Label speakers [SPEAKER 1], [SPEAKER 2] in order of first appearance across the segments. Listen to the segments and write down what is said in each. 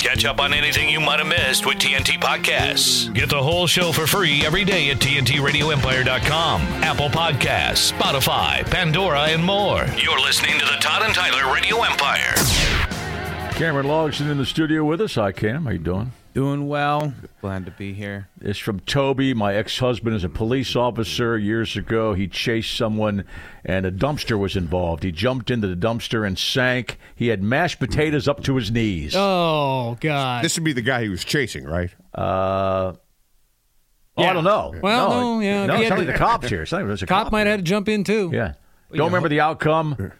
[SPEAKER 1] Catch up on anything you might have missed with TNT Podcasts. Get the whole show for free every day at TNTRadioEmpire.com, Apple Podcasts, Spotify, Pandora, and more. You're listening to the Todd and Tyler Radio Empire.
[SPEAKER 2] Cameron Logsdon in the studio with us. Hi, Cam. How you doing?
[SPEAKER 3] Doing well. Glad to be here.
[SPEAKER 2] It's from Toby. My ex-husband is a police officer. Years ago, he chased someone, and a dumpster was involved. He jumped into the dumpster and sank. He had mashed potatoes up to his knees.
[SPEAKER 4] Oh God.
[SPEAKER 5] This would be the guy he was chasing, right?
[SPEAKER 2] Uh, oh, I
[SPEAKER 4] Yeah.
[SPEAKER 2] don't know.
[SPEAKER 4] Well, no, yeah,
[SPEAKER 2] no,
[SPEAKER 4] he
[SPEAKER 2] it's
[SPEAKER 4] had
[SPEAKER 2] not
[SPEAKER 4] to-
[SPEAKER 2] the cops here. It's not even- it's a
[SPEAKER 4] Cop might have had to jump in too.
[SPEAKER 2] Yeah. Don't remember the outcome.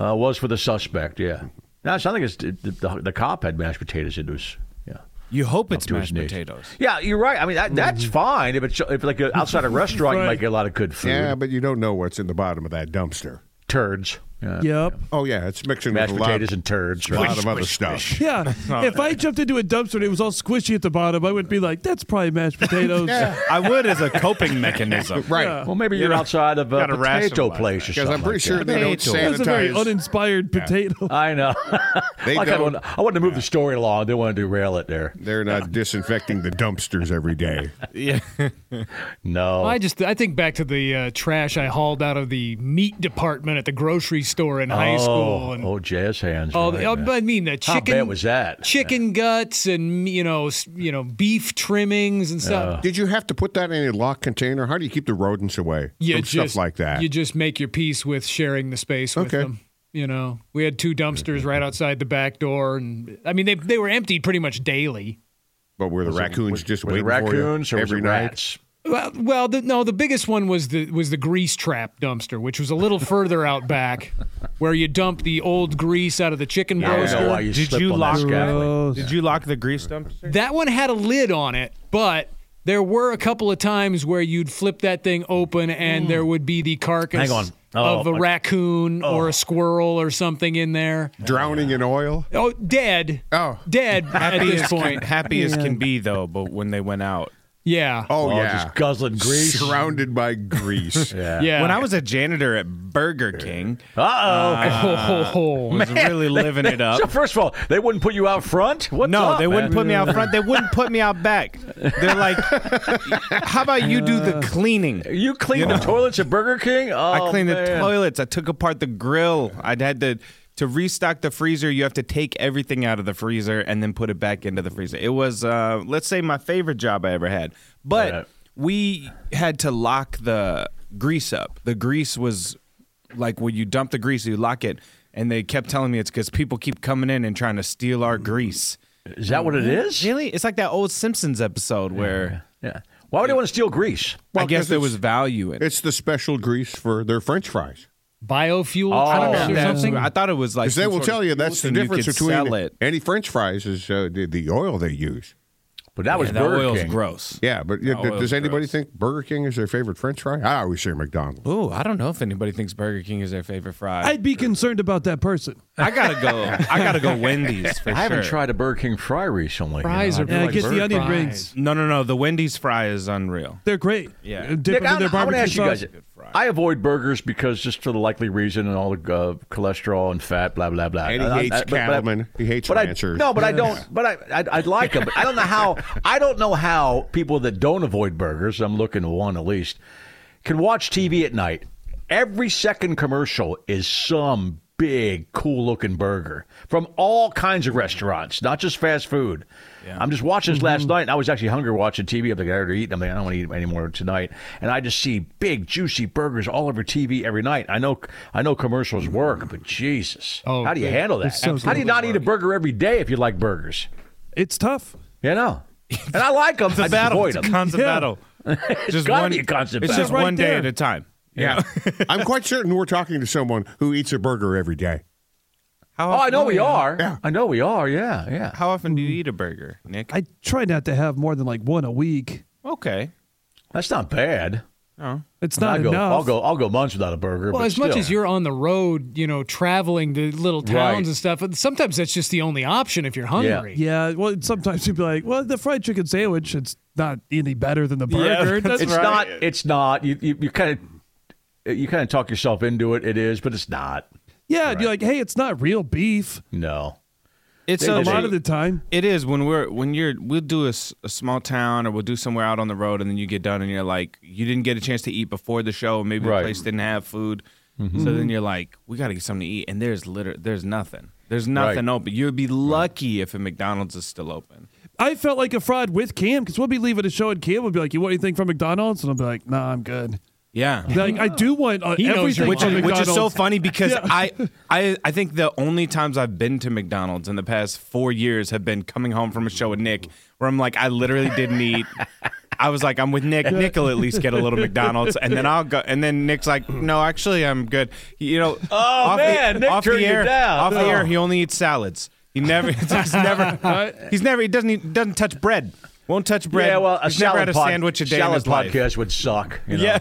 [SPEAKER 2] Uh, was for the suspect. Yeah. No, it's- I think it's the, the, the cop had mashed potatoes into his. Yeah.
[SPEAKER 3] You hope it's
[SPEAKER 2] to his
[SPEAKER 3] mashed
[SPEAKER 2] knees.
[SPEAKER 3] potatoes. Mm-hmm.
[SPEAKER 2] Yeah, you're right. I mean, that, that's fine if it's if like a, outside a restaurant, you might get a lot of good food.
[SPEAKER 5] Yeah, but you don't know what's in the bottom of that dumpster.
[SPEAKER 2] Turds. Yeah.
[SPEAKER 6] Yep.
[SPEAKER 5] Oh yeah, it's mixing
[SPEAKER 2] Mashed
[SPEAKER 5] with a lot,
[SPEAKER 2] potatoes and turds.
[SPEAKER 5] a lot
[SPEAKER 2] Right?
[SPEAKER 5] of other stuff.
[SPEAKER 6] Yeah. if I jumped into a dumpster and it was all squishy at the bottom, I wouldn't be like, that's probably mashed potatoes.
[SPEAKER 3] I would as a coping mechanism.
[SPEAKER 5] Right.
[SPEAKER 2] Well, maybe you're outside of a
[SPEAKER 6] Gotta
[SPEAKER 2] potato
[SPEAKER 6] rationalize
[SPEAKER 2] place or
[SPEAKER 5] Because
[SPEAKER 2] something.
[SPEAKER 5] I'm pretty
[SPEAKER 2] like
[SPEAKER 5] sure
[SPEAKER 2] that.
[SPEAKER 5] they don't
[SPEAKER 6] That's a very
[SPEAKER 5] sanitize.
[SPEAKER 6] uninspired potato.
[SPEAKER 2] I know.
[SPEAKER 5] They
[SPEAKER 2] Like, I,
[SPEAKER 5] don't-
[SPEAKER 2] want, I wanted to move the story along. I didn't want to derail it there.
[SPEAKER 5] They're not disinfecting the dumpsters every day.
[SPEAKER 2] No.
[SPEAKER 4] I just I think back to the uh, trash I hauled out of the meat department at the grocery store in high school
[SPEAKER 2] oh,
[SPEAKER 4] and
[SPEAKER 2] oh, jazz hands.
[SPEAKER 4] all
[SPEAKER 2] right,
[SPEAKER 4] the, oh,
[SPEAKER 2] man.
[SPEAKER 4] but I mean the
[SPEAKER 2] How
[SPEAKER 4] chicken
[SPEAKER 2] bad was that?
[SPEAKER 4] chicken guts and you know s- you know beef trimmings and stuff.
[SPEAKER 5] Did you have to put that in a locked container? How do you keep the rodents away
[SPEAKER 4] you
[SPEAKER 5] from
[SPEAKER 4] just
[SPEAKER 5] stuff like that?
[SPEAKER 4] You just make your peace with sharing the space with
[SPEAKER 5] Okay.
[SPEAKER 4] them. You know, we had two dumpsters
[SPEAKER 2] Mm-hmm.
[SPEAKER 4] right outside the back door, and I mean they they were emptied pretty much daily.
[SPEAKER 5] but were the raccoons just
[SPEAKER 2] Were the
[SPEAKER 5] waiting
[SPEAKER 2] raccoons
[SPEAKER 5] for
[SPEAKER 2] or
[SPEAKER 5] you
[SPEAKER 2] was
[SPEAKER 5] every
[SPEAKER 2] it
[SPEAKER 5] night?
[SPEAKER 2] rats?
[SPEAKER 4] Well, well the, no, the biggest one was the was the grease trap dumpster, which was a little further out back, where you dump the old grease out of the chicken
[SPEAKER 2] I don't
[SPEAKER 4] roaster.
[SPEAKER 2] know why you
[SPEAKER 3] Did
[SPEAKER 2] slipped
[SPEAKER 3] you
[SPEAKER 2] on
[SPEAKER 3] lock
[SPEAKER 2] that scaffolding.
[SPEAKER 3] Did you lock the grease dumpster?
[SPEAKER 4] That one had a lid on it, but there were a couple of times where you'd flip that thing open and
[SPEAKER 3] Mm.
[SPEAKER 4] there would be the carcass
[SPEAKER 2] Hang on. Oh,
[SPEAKER 4] of a
[SPEAKER 2] my-
[SPEAKER 4] raccoon or a squirrel or something in there.
[SPEAKER 5] Drowning in oil?
[SPEAKER 4] Oh, dead.
[SPEAKER 5] Oh.
[SPEAKER 4] Dead at
[SPEAKER 3] Happy
[SPEAKER 4] this
[SPEAKER 3] as can,
[SPEAKER 4] point.
[SPEAKER 3] happy as can be though, but when they went out.
[SPEAKER 4] Yeah.
[SPEAKER 5] Oh,
[SPEAKER 2] Oh,
[SPEAKER 5] yeah.
[SPEAKER 2] just guzzling grease.
[SPEAKER 5] Surrounded by grease. yeah.
[SPEAKER 4] Yeah.
[SPEAKER 3] When I was a janitor at Burger King,
[SPEAKER 2] Oh, Uh-oh.
[SPEAKER 4] Ho, ho, ho.
[SPEAKER 3] was really living it up.
[SPEAKER 2] So first of all, they wouldn't put you out front. What's
[SPEAKER 3] Uh, no,
[SPEAKER 2] up,
[SPEAKER 3] they wouldn't
[SPEAKER 2] man?
[SPEAKER 3] put me out front. They wouldn't put me out back. They're like, "How about you do
[SPEAKER 4] Uh.
[SPEAKER 3] the cleaning?"
[SPEAKER 2] You clean the toilets at Burger King? Oh,
[SPEAKER 3] I cleaned the
[SPEAKER 2] man.
[SPEAKER 3] toilets. I took apart the grill. I had to to restock the freezer. You have to take everything out of the freezer and then put it back into the freezer. It was, uh, let's say, my favorite job I ever had. But
[SPEAKER 2] Right.
[SPEAKER 3] we had to lock the grease up. The grease was like when you dump the grease, you lock it. And they kept telling me it's because people keep coming in and trying to steal our grease.
[SPEAKER 2] Is that what it is?
[SPEAKER 3] Really? It's like that old Simpsons episode where
[SPEAKER 2] Yeah. Why would they want to steal grease?
[SPEAKER 3] I guess there was value in it.
[SPEAKER 5] It's the special grease for their french fries.
[SPEAKER 4] Biofuel
[SPEAKER 2] Oh,
[SPEAKER 4] trucks
[SPEAKER 2] yeah.
[SPEAKER 4] or something?
[SPEAKER 3] I thought it was like
[SPEAKER 5] Because they
[SPEAKER 3] some
[SPEAKER 5] will
[SPEAKER 3] sort
[SPEAKER 5] tell
[SPEAKER 3] of
[SPEAKER 5] you
[SPEAKER 3] fuel
[SPEAKER 5] that's the
[SPEAKER 3] thing you
[SPEAKER 5] difference
[SPEAKER 3] could sell
[SPEAKER 5] between
[SPEAKER 3] it.
[SPEAKER 5] any french fries is uh, the, the oil they use.
[SPEAKER 2] But that was
[SPEAKER 3] Yeah,
[SPEAKER 2] Burger
[SPEAKER 3] that oil's
[SPEAKER 2] King.
[SPEAKER 3] gross.
[SPEAKER 5] Yeah, but
[SPEAKER 3] That oil's
[SPEAKER 5] does anybody
[SPEAKER 3] gross.
[SPEAKER 5] think Burger King is their favorite french fry? I always say McDonald's.
[SPEAKER 3] Ooh, I don't know if anybody thinks Burger King is their favorite fry.
[SPEAKER 6] I'd be concerned about that person.
[SPEAKER 3] I, gotta go. I gotta go Wendy's for
[SPEAKER 2] I haven't
[SPEAKER 3] sure.
[SPEAKER 2] tried a Burger King fry recently.
[SPEAKER 4] Fries
[SPEAKER 2] you
[SPEAKER 4] are
[SPEAKER 2] know.
[SPEAKER 6] Yeah,
[SPEAKER 4] like
[SPEAKER 6] get the
[SPEAKER 4] bird
[SPEAKER 6] onion
[SPEAKER 4] fries.
[SPEAKER 6] rings.
[SPEAKER 3] No, no, no. The Wendy's fry is unreal.
[SPEAKER 6] They're great.
[SPEAKER 3] Yeah.
[SPEAKER 6] Uh,
[SPEAKER 2] Nick,
[SPEAKER 6] Dip them in
[SPEAKER 2] I,
[SPEAKER 6] their
[SPEAKER 2] I want to
[SPEAKER 6] barbecue
[SPEAKER 2] ask you
[SPEAKER 6] sauce.
[SPEAKER 2] guys. I avoid burgers because just for the likely reason and all the uh, cholesterol and fat, blah blah blah.
[SPEAKER 5] And
[SPEAKER 2] I- I-
[SPEAKER 5] he hates
[SPEAKER 2] but- but I-
[SPEAKER 5] cattlemen. He hates
[SPEAKER 2] But I,
[SPEAKER 5] ranchers.
[SPEAKER 2] no, but I don't. But I, I, I like them. But I don't know how. I don't know how people that don't avoid burgers. I'm looking to one at least. Can watch TV at night. Every second commercial is some big, cool-looking burger from all kinds of restaurants, not just fast food. I'm just watching this last night, and I was actually hungry watching TV. I'm like, I already eaten. I'm like, I don't want to eat anymore tonight. And I just see big, juicy burgers all over TV every night. I know, I know commercials work, but Jesus,
[SPEAKER 4] Oh,
[SPEAKER 2] how do you
[SPEAKER 4] it-
[SPEAKER 2] handle that?
[SPEAKER 6] it's so
[SPEAKER 2] how do you
[SPEAKER 6] good.
[SPEAKER 2] not eat a burger every day if you like burgers?
[SPEAKER 6] It's tough.
[SPEAKER 2] You know, And I like them.
[SPEAKER 3] It's a
[SPEAKER 2] I just
[SPEAKER 3] battle.
[SPEAKER 2] avoid
[SPEAKER 3] It's a
[SPEAKER 2] 'em.
[SPEAKER 3] constant
[SPEAKER 6] Yeah.
[SPEAKER 3] battle. just
[SPEAKER 2] gotta
[SPEAKER 3] one,
[SPEAKER 2] be a constant
[SPEAKER 3] It's
[SPEAKER 2] battle.
[SPEAKER 3] just
[SPEAKER 2] Right
[SPEAKER 3] one day
[SPEAKER 6] there.
[SPEAKER 3] at a time.
[SPEAKER 5] Yeah. I'm quite certain we're talking to someone who eats a burger every day.
[SPEAKER 3] How
[SPEAKER 2] Oh, I know
[SPEAKER 3] often-
[SPEAKER 2] we are.
[SPEAKER 5] Yeah.
[SPEAKER 2] I know we are. Yeah, yeah.
[SPEAKER 3] How often do you eat a burger, Nick?
[SPEAKER 6] I try not to have more than like one a week.
[SPEAKER 3] okay.
[SPEAKER 2] That's not bad.
[SPEAKER 6] It's
[SPEAKER 2] I
[SPEAKER 6] not
[SPEAKER 2] go.
[SPEAKER 6] enough.
[SPEAKER 2] I'll go. I'll go months without a burger.
[SPEAKER 4] Well,
[SPEAKER 2] but
[SPEAKER 4] as much
[SPEAKER 2] still.
[SPEAKER 4] as you're on the road, you know, traveling to little towns
[SPEAKER 2] Right.
[SPEAKER 4] and stuff, and sometimes that's just the only option if you're hungry.
[SPEAKER 6] Yeah, well, sometimes you'd be like, well, the fried chicken sandwich, it's not any better than the
[SPEAKER 3] Yeah,
[SPEAKER 6] burger.
[SPEAKER 3] that's
[SPEAKER 2] it's
[SPEAKER 3] right.
[SPEAKER 2] not. It's not. You you, you kind of you kind of talk yourself into it. It is, but it's not.
[SPEAKER 6] Yeah, you're like, hey, it's not real beef
[SPEAKER 2] No.
[SPEAKER 3] It's
[SPEAKER 6] a
[SPEAKER 3] a
[SPEAKER 6] lot of the time.
[SPEAKER 3] It is when we're when you're we'll do a, s- a small town or we'll do somewhere out on the road and then you get done and you're like you didn't get a chance to eat before the show maybe
[SPEAKER 2] Right.
[SPEAKER 3] the place didn't have food so then you're like we got to get something to eat and there's liter- there's nothing there's nothing open you'd be lucky if a McDonald's is still open
[SPEAKER 6] I felt like a fraud with Cam because we'll be leaving a show and Cam will be like, you want anything from McDonald's? And I'll be like, nah, I'm good.
[SPEAKER 3] yeah
[SPEAKER 6] Like, I do want uh,
[SPEAKER 4] He knows
[SPEAKER 6] everything
[SPEAKER 4] you're
[SPEAKER 6] from
[SPEAKER 3] which is,
[SPEAKER 6] McDonald's.
[SPEAKER 3] which is so funny because I, I I think the only times I've been to McDonald's in the past four years have been coming home from a show with Nick where I'm like I literally didn't eat. I was like I'm with Nick. Nick will at least get a little McDonald's and then I'll go and then Nick's like no actually I'm good. You know oh
[SPEAKER 2] man, Nick turned you
[SPEAKER 3] air
[SPEAKER 2] down.
[SPEAKER 3] off the
[SPEAKER 2] Oh.
[SPEAKER 3] air he only eats salads. He never he's never he's never he doesn't eat, doesn't touch bread. Won't touch bread.
[SPEAKER 2] Yeah. Well, a
[SPEAKER 3] he's
[SPEAKER 2] salad
[SPEAKER 3] never had a
[SPEAKER 2] pod-
[SPEAKER 3] sandwich a day in
[SPEAKER 2] salad
[SPEAKER 3] his life.
[SPEAKER 2] podcast would suck. you know?
[SPEAKER 3] Yeah.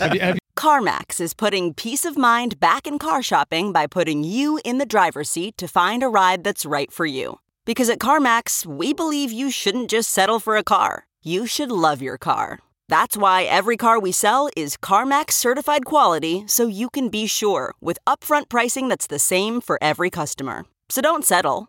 [SPEAKER 4] Have you, have
[SPEAKER 7] CarMax is putting peace of mind back in car shopping by putting you in the driver's seat to find a ride that's right for you. Because at CarMax, we believe you shouldn't just settle for a car, you should love your car. That's why every car we sell is CarMax certified quality so you can be sure with upfront pricing that's the same for every customer. So don't settle.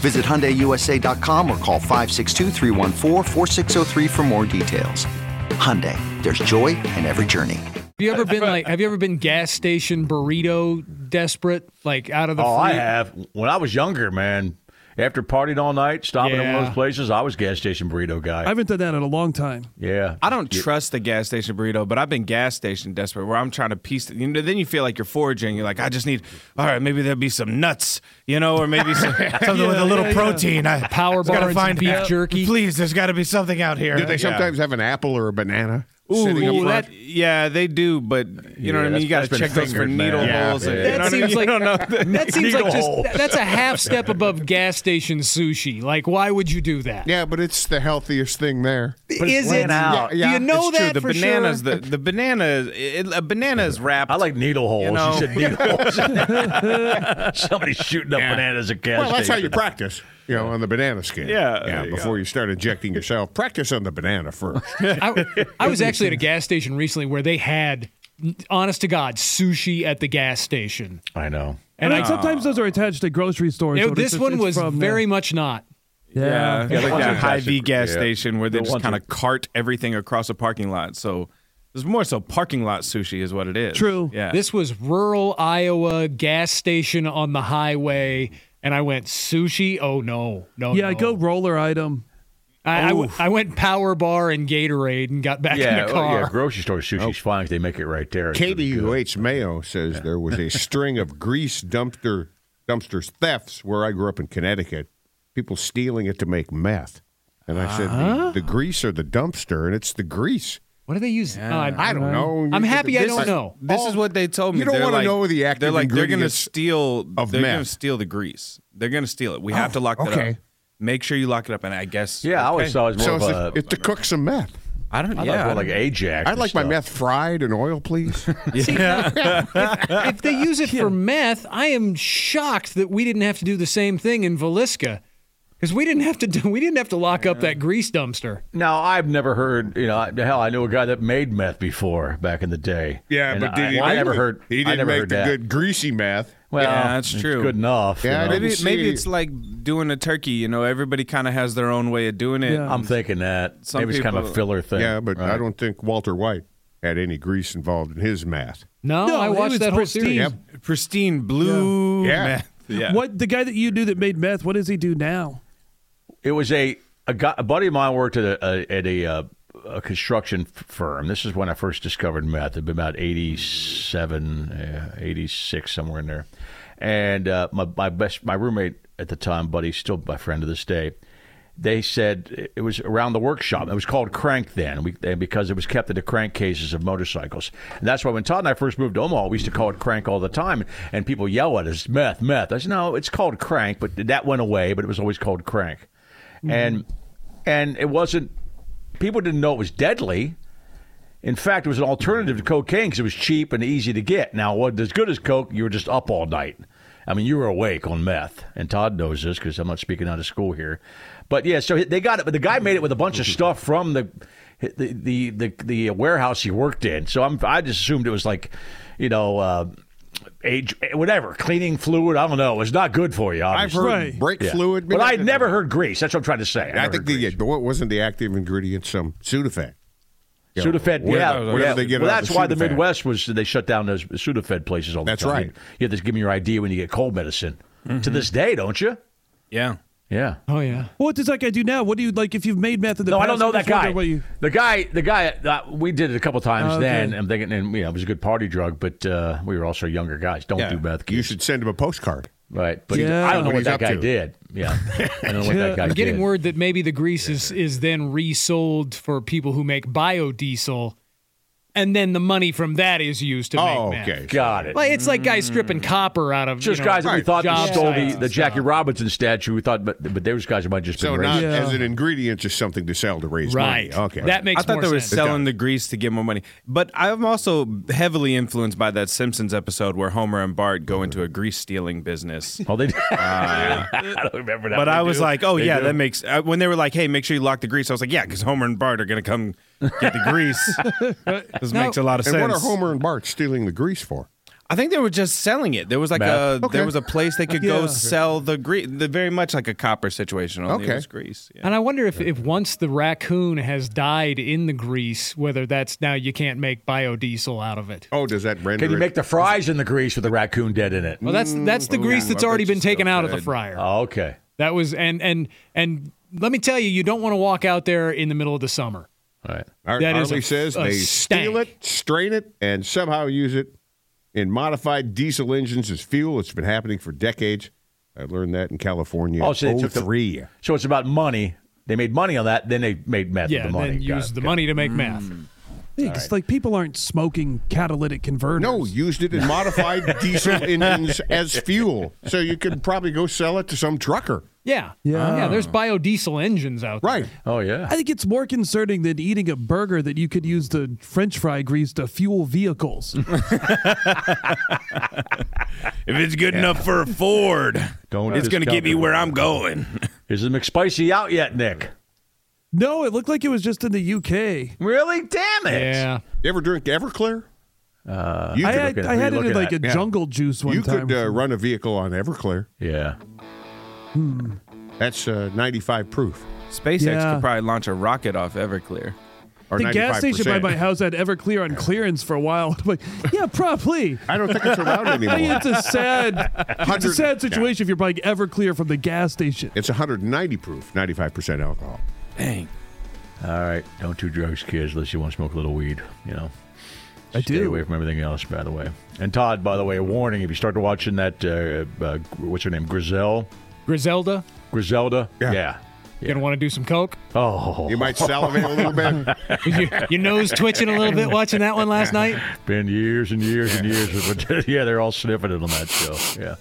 [SPEAKER 8] Visit HyundaiUSA.com or call 562-314-4603 for more details. Hyundai, there's joy in every journey.
[SPEAKER 4] you ever been like? Have you ever been gas station burrito desperate? Like out of the
[SPEAKER 2] Oh, I
[SPEAKER 4] fleet?
[SPEAKER 2] have. When I was younger, man, after partying all night, stopping at one of
[SPEAKER 4] Yeah.
[SPEAKER 2] those places, I was gas station burrito guy.
[SPEAKER 6] I haven't done that in a long time.
[SPEAKER 2] yeah.
[SPEAKER 3] I don't trust the gas station burrito, but I've been gas station desperate where I'm trying to piece. You know, then you feel like you're foraging. You're like, I just need. All right, maybe there'll be some nuts, you know, or maybe some, something with a little protein. I
[SPEAKER 4] Power
[SPEAKER 3] just gotta
[SPEAKER 4] bar and some
[SPEAKER 3] find-
[SPEAKER 4] beef jerky.
[SPEAKER 3] Please, there's got to be something out here.
[SPEAKER 5] Do they sometimes have an apple or a banana sitting up
[SPEAKER 3] Ooh,
[SPEAKER 5] front?
[SPEAKER 3] that, yeah, they do, but you know what I mean.
[SPEAKER 2] that's-
[SPEAKER 3] You got
[SPEAKER 2] that's been
[SPEAKER 3] to check those for
[SPEAKER 2] fingered, man.
[SPEAKER 3] needle
[SPEAKER 5] Yeah,
[SPEAKER 3] holes.
[SPEAKER 5] yeah.
[SPEAKER 3] and- you know
[SPEAKER 4] That
[SPEAKER 3] what I mean?
[SPEAKER 4] seems
[SPEAKER 3] You
[SPEAKER 4] like
[SPEAKER 3] don't know.
[SPEAKER 4] that seems like
[SPEAKER 2] Needle
[SPEAKER 4] just
[SPEAKER 2] hole.
[SPEAKER 4] that's a half step above gas station sushi. Like, why would you do that?
[SPEAKER 5] Yeah, but it's the healthiest thing there.
[SPEAKER 4] Is
[SPEAKER 2] But it's laying
[SPEAKER 4] it?
[SPEAKER 2] out.
[SPEAKER 4] Do you know
[SPEAKER 3] it's
[SPEAKER 4] that
[SPEAKER 3] true. The
[SPEAKER 4] for
[SPEAKER 3] bananas,
[SPEAKER 4] sure?
[SPEAKER 3] the the bananas, it, a banana is wrapped.
[SPEAKER 2] I like needle holes. You,
[SPEAKER 3] know.
[SPEAKER 2] said needle holes. Somebody's shooting up bananas at gas
[SPEAKER 5] Well, that's how
[SPEAKER 2] station.
[SPEAKER 5] you practice, you know, on the banana skin.
[SPEAKER 3] Yeah, there
[SPEAKER 5] Yeah,
[SPEAKER 3] you
[SPEAKER 5] before you start injecting yourself, practice on the banana first.
[SPEAKER 4] I, I was actually at a gas station recently where they had, honest to God, sushi at the gas station.
[SPEAKER 2] I know.
[SPEAKER 6] And like, sometimes those are attached to grocery stores.
[SPEAKER 4] It-
[SPEAKER 6] so it's
[SPEAKER 4] this
[SPEAKER 6] just-
[SPEAKER 4] one
[SPEAKER 6] it's
[SPEAKER 4] was
[SPEAKER 6] from there.
[SPEAKER 4] very much not.
[SPEAKER 3] Yeah,
[SPEAKER 2] Yeah, the
[SPEAKER 3] like
[SPEAKER 2] ones
[SPEAKER 3] that
[SPEAKER 2] that-
[SPEAKER 3] high V gas
[SPEAKER 2] yeah.
[SPEAKER 3] station where they
[SPEAKER 2] The
[SPEAKER 3] just
[SPEAKER 2] ones
[SPEAKER 3] kind of
[SPEAKER 2] that-
[SPEAKER 3] cart everything across a parking lot. So there's more so parking lot sushi is what it is.
[SPEAKER 6] True.
[SPEAKER 3] Yeah.
[SPEAKER 4] This was rural Iowa gas station on the highway, and I went sushi. Oh no, no.
[SPEAKER 6] Yeah,
[SPEAKER 4] no.
[SPEAKER 6] go roller item.
[SPEAKER 4] I, I w- I went Power Bar and Gatorade and got back
[SPEAKER 2] Yeah,
[SPEAKER 4] in the
[SPEAKER 2] oh,
[SPEAKER 4] car.
[SPEAKER 2] yeah. Grocery store sushi's fine if they make it right there. It's really good.
[SPEAKER 5] KDUH Mayo says there was a string of grease dumpster dumpsters thefts where I grew up in Connecticut. People stealing it to make meth. And I said,
[SPEAKER 4] Uh-huh.
[SPEAKER 5] the, the grease or the dumpster, and it's the grease.
[SPEAKER 4] What do they use? Oh,
[SPEAKER 5] I don't know.
[SPEAKER 4] I'm happy I
[SPEAKER 5] This-
[SPEAKER 4] don't know.
[SPEAKER 3] This is what they told me.
[SPEAKER 5] You don't
[SPEAKER 3] They're
[SPEAKER 5] wanna
[SPEAKER 3] like-
[SPEAKER 5] know the active
[SPEAKER 3] They're like they're gonna
[SPEAKER 5] ingredients
[SPEAKER 3] steal.
[SPEAKER 5] of
[SPEAKER 3] they're gonna
[SPEAKER 5] meth.
[SPEAKER 3] steal the grease. They're gonna steal it. We have to lock that
[SPEAKER 5] okay.
[SPEAKER 3] up. Make sure you lock it up. And I guess.
[SPEAKER 2] Yeah, I
[SPEAKER 3] okay.
[SPEAKER 2] always thought it was
[SPEAKER 5] So
[SPEAKER 2] more
[SPEAKER 5] it's,
[SPEAKER 2] of a.
[SPEAKER 5] to- it's to cook some meth.
[SPEAKER 3] I don't.
[SPEAKER 2] I thought it was
[SPEAKER 3] yeah.
[SPEAKER 2] more like Ajax.
[SPEAKER 5] I'd
[SPEAKER 2] and
[SPEAKER 5] like my
[SPEAKER 2] stuff.
[SPEAKER 5] meth fried in oil, please.
[SPEAKER 4] if they use it for meth, I am shocked that we didn't have to do the same thing in Velisca. because we didn't have to do, we didn't have to lock up that grease dumpster.
[SPEAKER 2] Now I've never heard. You know, I- hell, I knew a guy that made meth before back in the day.
[SPEAKER 5] Yeah,
[SPEAKER 2] And
[SPEAKER 5] but did
[SPEAKER 2] I,
[SPEAKER 5] he
[SPEAKER 2] I
[SPEAKER 5] make
[SPEAKER 2] never
[SPEAKER 5] the-
[SPEAKER 2] heard.
[SPEAKER 5] He
[SPEAKER 2] I
[SPEAKER 5] didn't
[SPEAKER 2] never
[SPEAKER 5] make
[SPEAKER 2] heard
[SPEAKER 5] the
[SPEAKER 2] that.
[SPEAKER 5] good greasy math.
[SPEAKER 2] Well,
[SPEAKER 3] Yeah, that's
[SPEAKER 2] it's
[SPEAKER 3] true.
[SPEAKER 2] Good enough.
[SPEAKER 5] Yeah, I
[SPEAKER 2] you know.
[SPEAKER 5] didn't
[SPEAKER 3] Maybe maybe
[SPEAKER 5] see-
[SPEAKER 3] it's like doing a turkey. You know, everybody kind of has their own way of doing it.
[SPEAKER 2] I'm thinking that
[SPEAKER 3] um, Some
[SPEAKER 2] maybe it's kind of a
[SPEAKER 3] people-
[SPEAKER 2] filler thing.
[SPEAKER 5] Yeah, but I
[SPEAKER 2] right?
[SPEAKER 5] don't think Walter White had any grease involved in his math.
[SPEAKER 4] No,
[SPEAKER 6] No,
[SPEAKER 4] I
[SPEAKER 6] it
[SPEAKER 4] watched
[SPEAKER 6] was
[SPEAKER 4] that whole
[SPEAKER 6] pristine.
[SPEAKER 4] series.
[SPEAKER 5] Yep.
[SPEAKER 3] Pristine blue.
[SPEAKER 5] Yeah.
[SPEAKER 3] meth. yeah.
[SPEAKER 6] What the guy that you knew that made meth? What does he do now?
[SPEAKER 2] It was a a, guy, a buddy of mine worked at a, a at a, uh, a construction f- firm. This is when I first discovered meth. It'd been about 87, uh, 86, somewhere in there. And uh, my my best my roommate at the time, buddy, still my friend to this day. They said it was around the workshop. It was called Crank then, we, and because it was kept in the crank cases of motorcycles. And that's why when Todd and I first moved to Omaha, we used to call it Crank all the time, and people yell at us, "Meth, meth." I said, "No, it's called Crank," but that went away. But it was always called Crank and and it wasn't people didn't know it was deadly in fact it was an alternative to cocaine because it was cheap and easy to get now what as good as coke you were just up all night i mean you were awake on meth and todd knows this because i'm not speaking out of school here but yeah so they got it but the guy made it with a bunch of stuff from the the the the, the warehouse he worked in so i'm i just assumed it was like you know uh Age, whatever, cleaning fluid. I don't know. It's not good for you.
[SPEAKER 5] I've
[SPEAKER 2] Obviously.
[SPEAKER 5] heard
[SPEAKER 6] Right.
[SPEAKER 5] brake
[SPEAKER 2] Yeah.
[SPEAKER 5] fluid.
[SPEAKER 2] But I'd
[SPEAKER 5] mean,
[SPEAKER 2] never heard grease. That's what I'm trying to say.
[SPEAKER 5] I think the what wasn't the active ingredient some Sudafed. You know,
[SPEAKER 2] Sudafed.
[SPEAKER 5] where-
[SPEAKER 2] yeah,
[SPEAKER 5] where
[SPEAKER 2] yeah.
[SPEAKER 5] did they get
[SPEAKER 2] well,
[SPEAKER 5] it out
[SPEAKER 2] that's
[SPEAKER 5] of
[SPEAKER 2] why the
[SPEAKER 5] Sudafed?
[SPEAKER 2] Midwest was they shut down those Sudafed places all the
[SPEAKER 5] That's
[SPEAKER 2] time.
[SPEAKER 5] right.
[SPEAKER 2] You have to give them your ID when you get cold medicine. To this day, don't you?
[SPEAKER 3] Yeah.
[SPEAKER 2] Yeah.
[SPEAKER 4] Oh yeah.
[SPEAKER 6] What does that guy do now? What do you like if you've made meth in the
[SPEAKER 2] No, I
[SPEAKER 6] past?
[SPEAKER 2] don't know that
[SPEAKER 6] just wonder
[SPEAKER 2] guy.
[SPEAKER 6] what you-
[SPEAKER 2] The guy, the guy. Uh, we did it a couple times.
[SPEAKER 6] Oh, okay.
[SPEAKER 2] Then I'm thinking, and you know, it was a good party drug, but uh, we were also younger guys. Don't
[SPEAKER 5] Yeah.
[SPEAKER 2] do meth.
[SPEAKER 5] You
[SPEAKER 2] kids.
[SPEAKER 5] should send him a postcard.
[SPEAKER 2] Right. But
[SPEAKER 6] Yeah.
[SPEAKER 2] I don't know
[SPEAKER 5] What
[SPEAKER 2] what
[SPEAKER 5] he's
[SPEAKER 2] that
[SPEAKER 5] up
[SPEAKER 2] guy
[SPEAKER 5] to.
[SPEAKER 2] did. Yeah. I don't know what that guy
[SPEAKER 4] I'm getting
[SPEAKER 2] did.
[SPEAKER 4] word that maybe the grease is, is then resold for people who make biodiesel, and then the money from that is used to
[SPEAKER 5] Oh,
[SPEAKER 4] make meth.
[SPEAKER 5] okay.
[SPEAKER 2] Got it.
[SPEAKER 4] Like it's like guys stripping copper out of
[SPEAKER 2] just
[SPEAKER 4] you know,
[SPEAKER 2] guys that we thought
[SPEAKER 4] job
[SPEAKER 2] that stole
[SPEAKER 4] sites
[SPEAKER 2] the,
[SPEAKER 4] and
[SPEAKER 2] the
[SPEAKER 4] stuff.
[SPEAKER 2] Jackie Robinson statue. We thought, but but those guys might just
[SPEAKER 5] So
[SPEAKER 2] been
[SPEAKER 5] not
[SPEAKER 2] racist.
[SPEAKER 5] as an ingredient, just something to sell to raise
[SPEAKER 4] Right.
[SPEAKER 5] money. Okay.
[SPEAKER 4] That makes
[SPEAKER 3] I thought
[SPEAKER 4] more
[SPEAKER 3] they were
[SPEAKER 4] sense.
[SPEAKER 3] selling the grease to get more money. But I'm also heavily influenced by that Simpsons episode where Homer and Bart go into a grease stealing business.
[SPEAKER 2] Oh, they.
[SPEAKER 3] Ah,
[SPEAKER 2] I don't remember that.
[SPEAKER 3] But
[SPEAKER 2] They
[SPEAKER 3] I was
[SPEAKER 2] do.
[SPEAKER 3] like, oh,
[SPEAKER 2] They
[SPEAKER 3] yeah,
[SPEAKER 2] do.
[SPEAKER 3] that makes. Uh, when they were like, hey, make sure you lock the grease, I was like, yeah, because Homer and Bart are going to come get the grease. this makes a lot of
[SPEAKER 5] and
[SPEAKER 3] sense.
[SPEAKER 5] what are Homer and Bart stealing the grease for?
[SPEAKER 3] I think they were just selling it. There was like
[SPEAKER 2] Meth.
[SPEAKER 3] a
[SPEAKER 5] Okay.
[SPEAKER 3] there was a place they could
[SPEAKER 6] Yeah.
[SPEAKER 3] go sell the grease, the, very much like a copper situation. Only
[SPEAKER 5] Okay.
[SPEAKER 3] it was grease. Yeah.
[SPEAKER 4] And I wonder if, if once the raccoon has died in the grease, whether that's now you can't make biodiesel out of it.
[SPEAKER 5] Oh, does that render
[SPEAKER 2] Can you
[SPEAKER 5] it-
[SPEAKER 2] make the fries in the grease with the raccoon dead in it?
[SPEAKER 4] Well, that's that's the
[SPEAKER 3] Mm,
[SPEAKER 4] grease
[SPEAKER 3] ooh,
[SPEAKER 4] that's
[SPEAKER 3] I
[SPEAKER 4] already
[SPEAKER 3] bet you
[SPEAKER 4] been taken
[SPEAKER 3] still
[SPEAKER 4] out of the
[SPEAKER 3] could.
[SPEAKER 4] fryer.
[SPEAKER 2] Oh, okay.
[SPEAKER 4] That was and and and let me tell you, you don't want to walk out there in the middle of the summer.
[SPEAKER 2] All right.
[SPEAKER 5] Ar-
[SPEAKER 4] That is
[SPEAKER 5] Arlie
[SPEAKER 4] a-
[SPEAKER 5] says
[SPEAKER 4] a
[SPEAKER 5] they steal
[SPEAKER 4] stank.
[SPEAKER 5] it, strain it, and somehow use it in modified diesel engines as fuel. It's been happening for decades. I learned that in California.
[SPEAKER 2] Oh, so they took the-
[SPEAKER 5] 03.
[SPEAKER 2] So it's about money. They made money on that. Then they made meth
[SPEAKER 4] Yeah,
[SPEAKER 2] with
[SPEAKER 4] and
[SPEAKER 2] the money.
[SPEAKER 4] then
[SPEAKER 2] Got
[SPEAKER 4] use
[SPEAKER 2] it. Mm.
[SPEAKER 4] the
[SPEAKER 2] Okay.
[SPEAKER 4] money to make meth.
[SPEAKER 6] Yeah, 'cause, like people aren't smoking catalytic converters.
[SPEAKER 5] no, used it in modified diesel engines as fuel. So you could probably go sell it to some trucker.
[SPEAKER 4] Yeah, Uh,
[SPEAKER 6] Yeah.
[SPEAKER 4] yeah. There's biodiesel engines out there.
[SPEAKER 5] Right.
[SPEAKER 2] Oh yeah.
[SPEAKER 6] I think it's more concerning than eating a burger that you could use the French fry grease to fuel vehicles.
[SPEAKER 3] If it's good enough for a Ford,
[SPEAKER 2] Don't
[SPEAKER 3] it's going to
[SPEAKER 2] discount
[SPEAKER 3] get me
[SPEAKER 2] it.
[SPEAKER 3] where I'm going.
[SPEAKER 2] Is the McSpicy out yet, Nick?
[SPEAKER 6] no, it looked like it was just in the UK.
[SPEAKER 2] Really? Damn it.
[SPEAKER 4] Yeah.
[SPEAKER 5] You ever drink Everclear? Uh, you
[SPEAKER 6] I
[SPEAKER 5] could,
[SPEAKER 6] had,
[SPEAKER 2] at-
[SPEAKER 6] I had
[SPEAKER 2] we
[SPEAKER 6] it
[SPEAKER 2] look
[SPEAKER 6] in
[SPEAKER 2] at
[SPEAKER 6] like a
[SPEAKER 2] that,
[SPEAKER 6] jungle juice one
[SPEAKER 5] you
[SPEAKER 6] time.
[SPEAKER 5] could uh, run a vehicle on Everclear.
[SPEAKER 2] Yeah.
[SPEAKER 5] That's uh, 95 proof.
[SPEAKER 3] SpaceX
[SPEAKER 6] Yeah.
[SPEAKER 3] could probably launch a rocket off Everclear.
[SPEAKER 5] Or
[SPEAKER 6] the gas station by
[SPEAKER 5] 95%.
[SPEAKER 6] my house had Everclear on clearance for a while. I'm like, yeah, probably.
[SPEAKER 5] I don't think it's around
[SPEAKER 6] I mean,
[SPEAKER 5] anymore.
[SPEAKER 6] it's a sad, it's a
[SPEAKER 5] Hundred-
[SPEAKER 6] sad situation if you're buying Everclear from the gas station.
[SPEAKER 5] It's 190 proof, 95% alcohol.
[SPEAKER 3] Dang.
[SPEAKER 2] All right. Don't do drugs, kids, unless you want to smoke a little weed. You know.
[SPEAKER 6] I
[SPEAKER 2] Stay
[SPEAKER 6] do.
[SPEAKER 2] away from everything else, by the way. And Todd, by the way, a warning: if you start watching that, uh, uh, what's her name, Grizel,
[SPEAKER 4] Griselda,
[SPEAKER 2] Griselda,
[SPEAKER 5] Yeah.
[SPEAKER 2] yeah.
[SPEAKER 4] you gonna want to do some coke?
[SPEAKER 2] Oh,
[SPEAKER 5] You might salivate a little bit.
[SPEAKER 4] Your- your nose twitching a little bit watching that one last night.
[SPEAKER 2] Been years and years and years. Of, yeah, they're all sniffing it on that show. Yeah.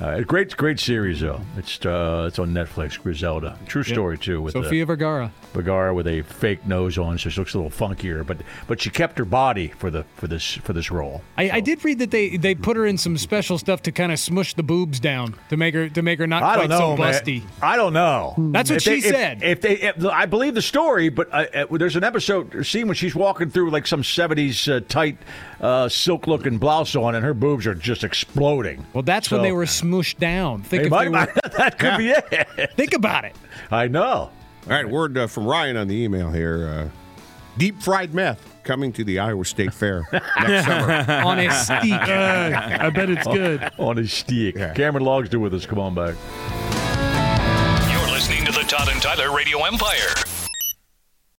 [SPEAKER 2] Uh, great, great series though. It's uh, it's on Netflix. Griselda, true story too. With the-
[SPEAKER 4] Sofia Vergara.
[SPEAKER 2] Vergara with a fake nose on, so she looks a little funkier. But but she kept her body for the for this for this role.
[SPEAKER 4] I, I did read that they, they put her in some special stuff to kind of smush the boobs down to make her to make her not
[SPEAKER 2] I
[SPEAKER 4] quite
[SPEAKER 2] don't know,
[SPEAKER 4] so
[SPEAKER 2] man.
[SPEAKER 4] busty. Hmm.
[SPEAKER 2] I don't know.
[SPEAKER 4] That's what
[SPEAKER 2] If
[SPEAKER 4] she
[SPEAKER 2] they- if-
[SPEAKER 4] said.
[SPEAKER 2] If, they, if- I believe the story, but uh, uh, there's an episode or scene when she's walking through like some '70s uh, tight uh, silk-looking blouse on, and her boobs are just exploding.
[SPEAKER 4] Well, that's
[SPEAKER 2] So-
[SPEAKER 4] when they were smushed down. Think
[SPEAKER 2] They
[SPEAKER 4] if
[SPEAKER 2] might-
[SPEAKER 4] they were-
[SPEAKER 2] that could be it.
[SPEAKER 4] think about it.
[SPEAKER 2] I know.
[SPEAKER 5] All right, word uh, from Ryan on the email here. Uh, deep fried meth coming to the Iowa State Fair next summer.
[SPEAKER 4] On a steak.
[SPEAKER 6] I bet it's good.
[SPEAKER 2] On his stick. Cameron Logs do with us. Come on back.
[SPEAKER 1] You're listening to the Todd and Tyler Radio Empire.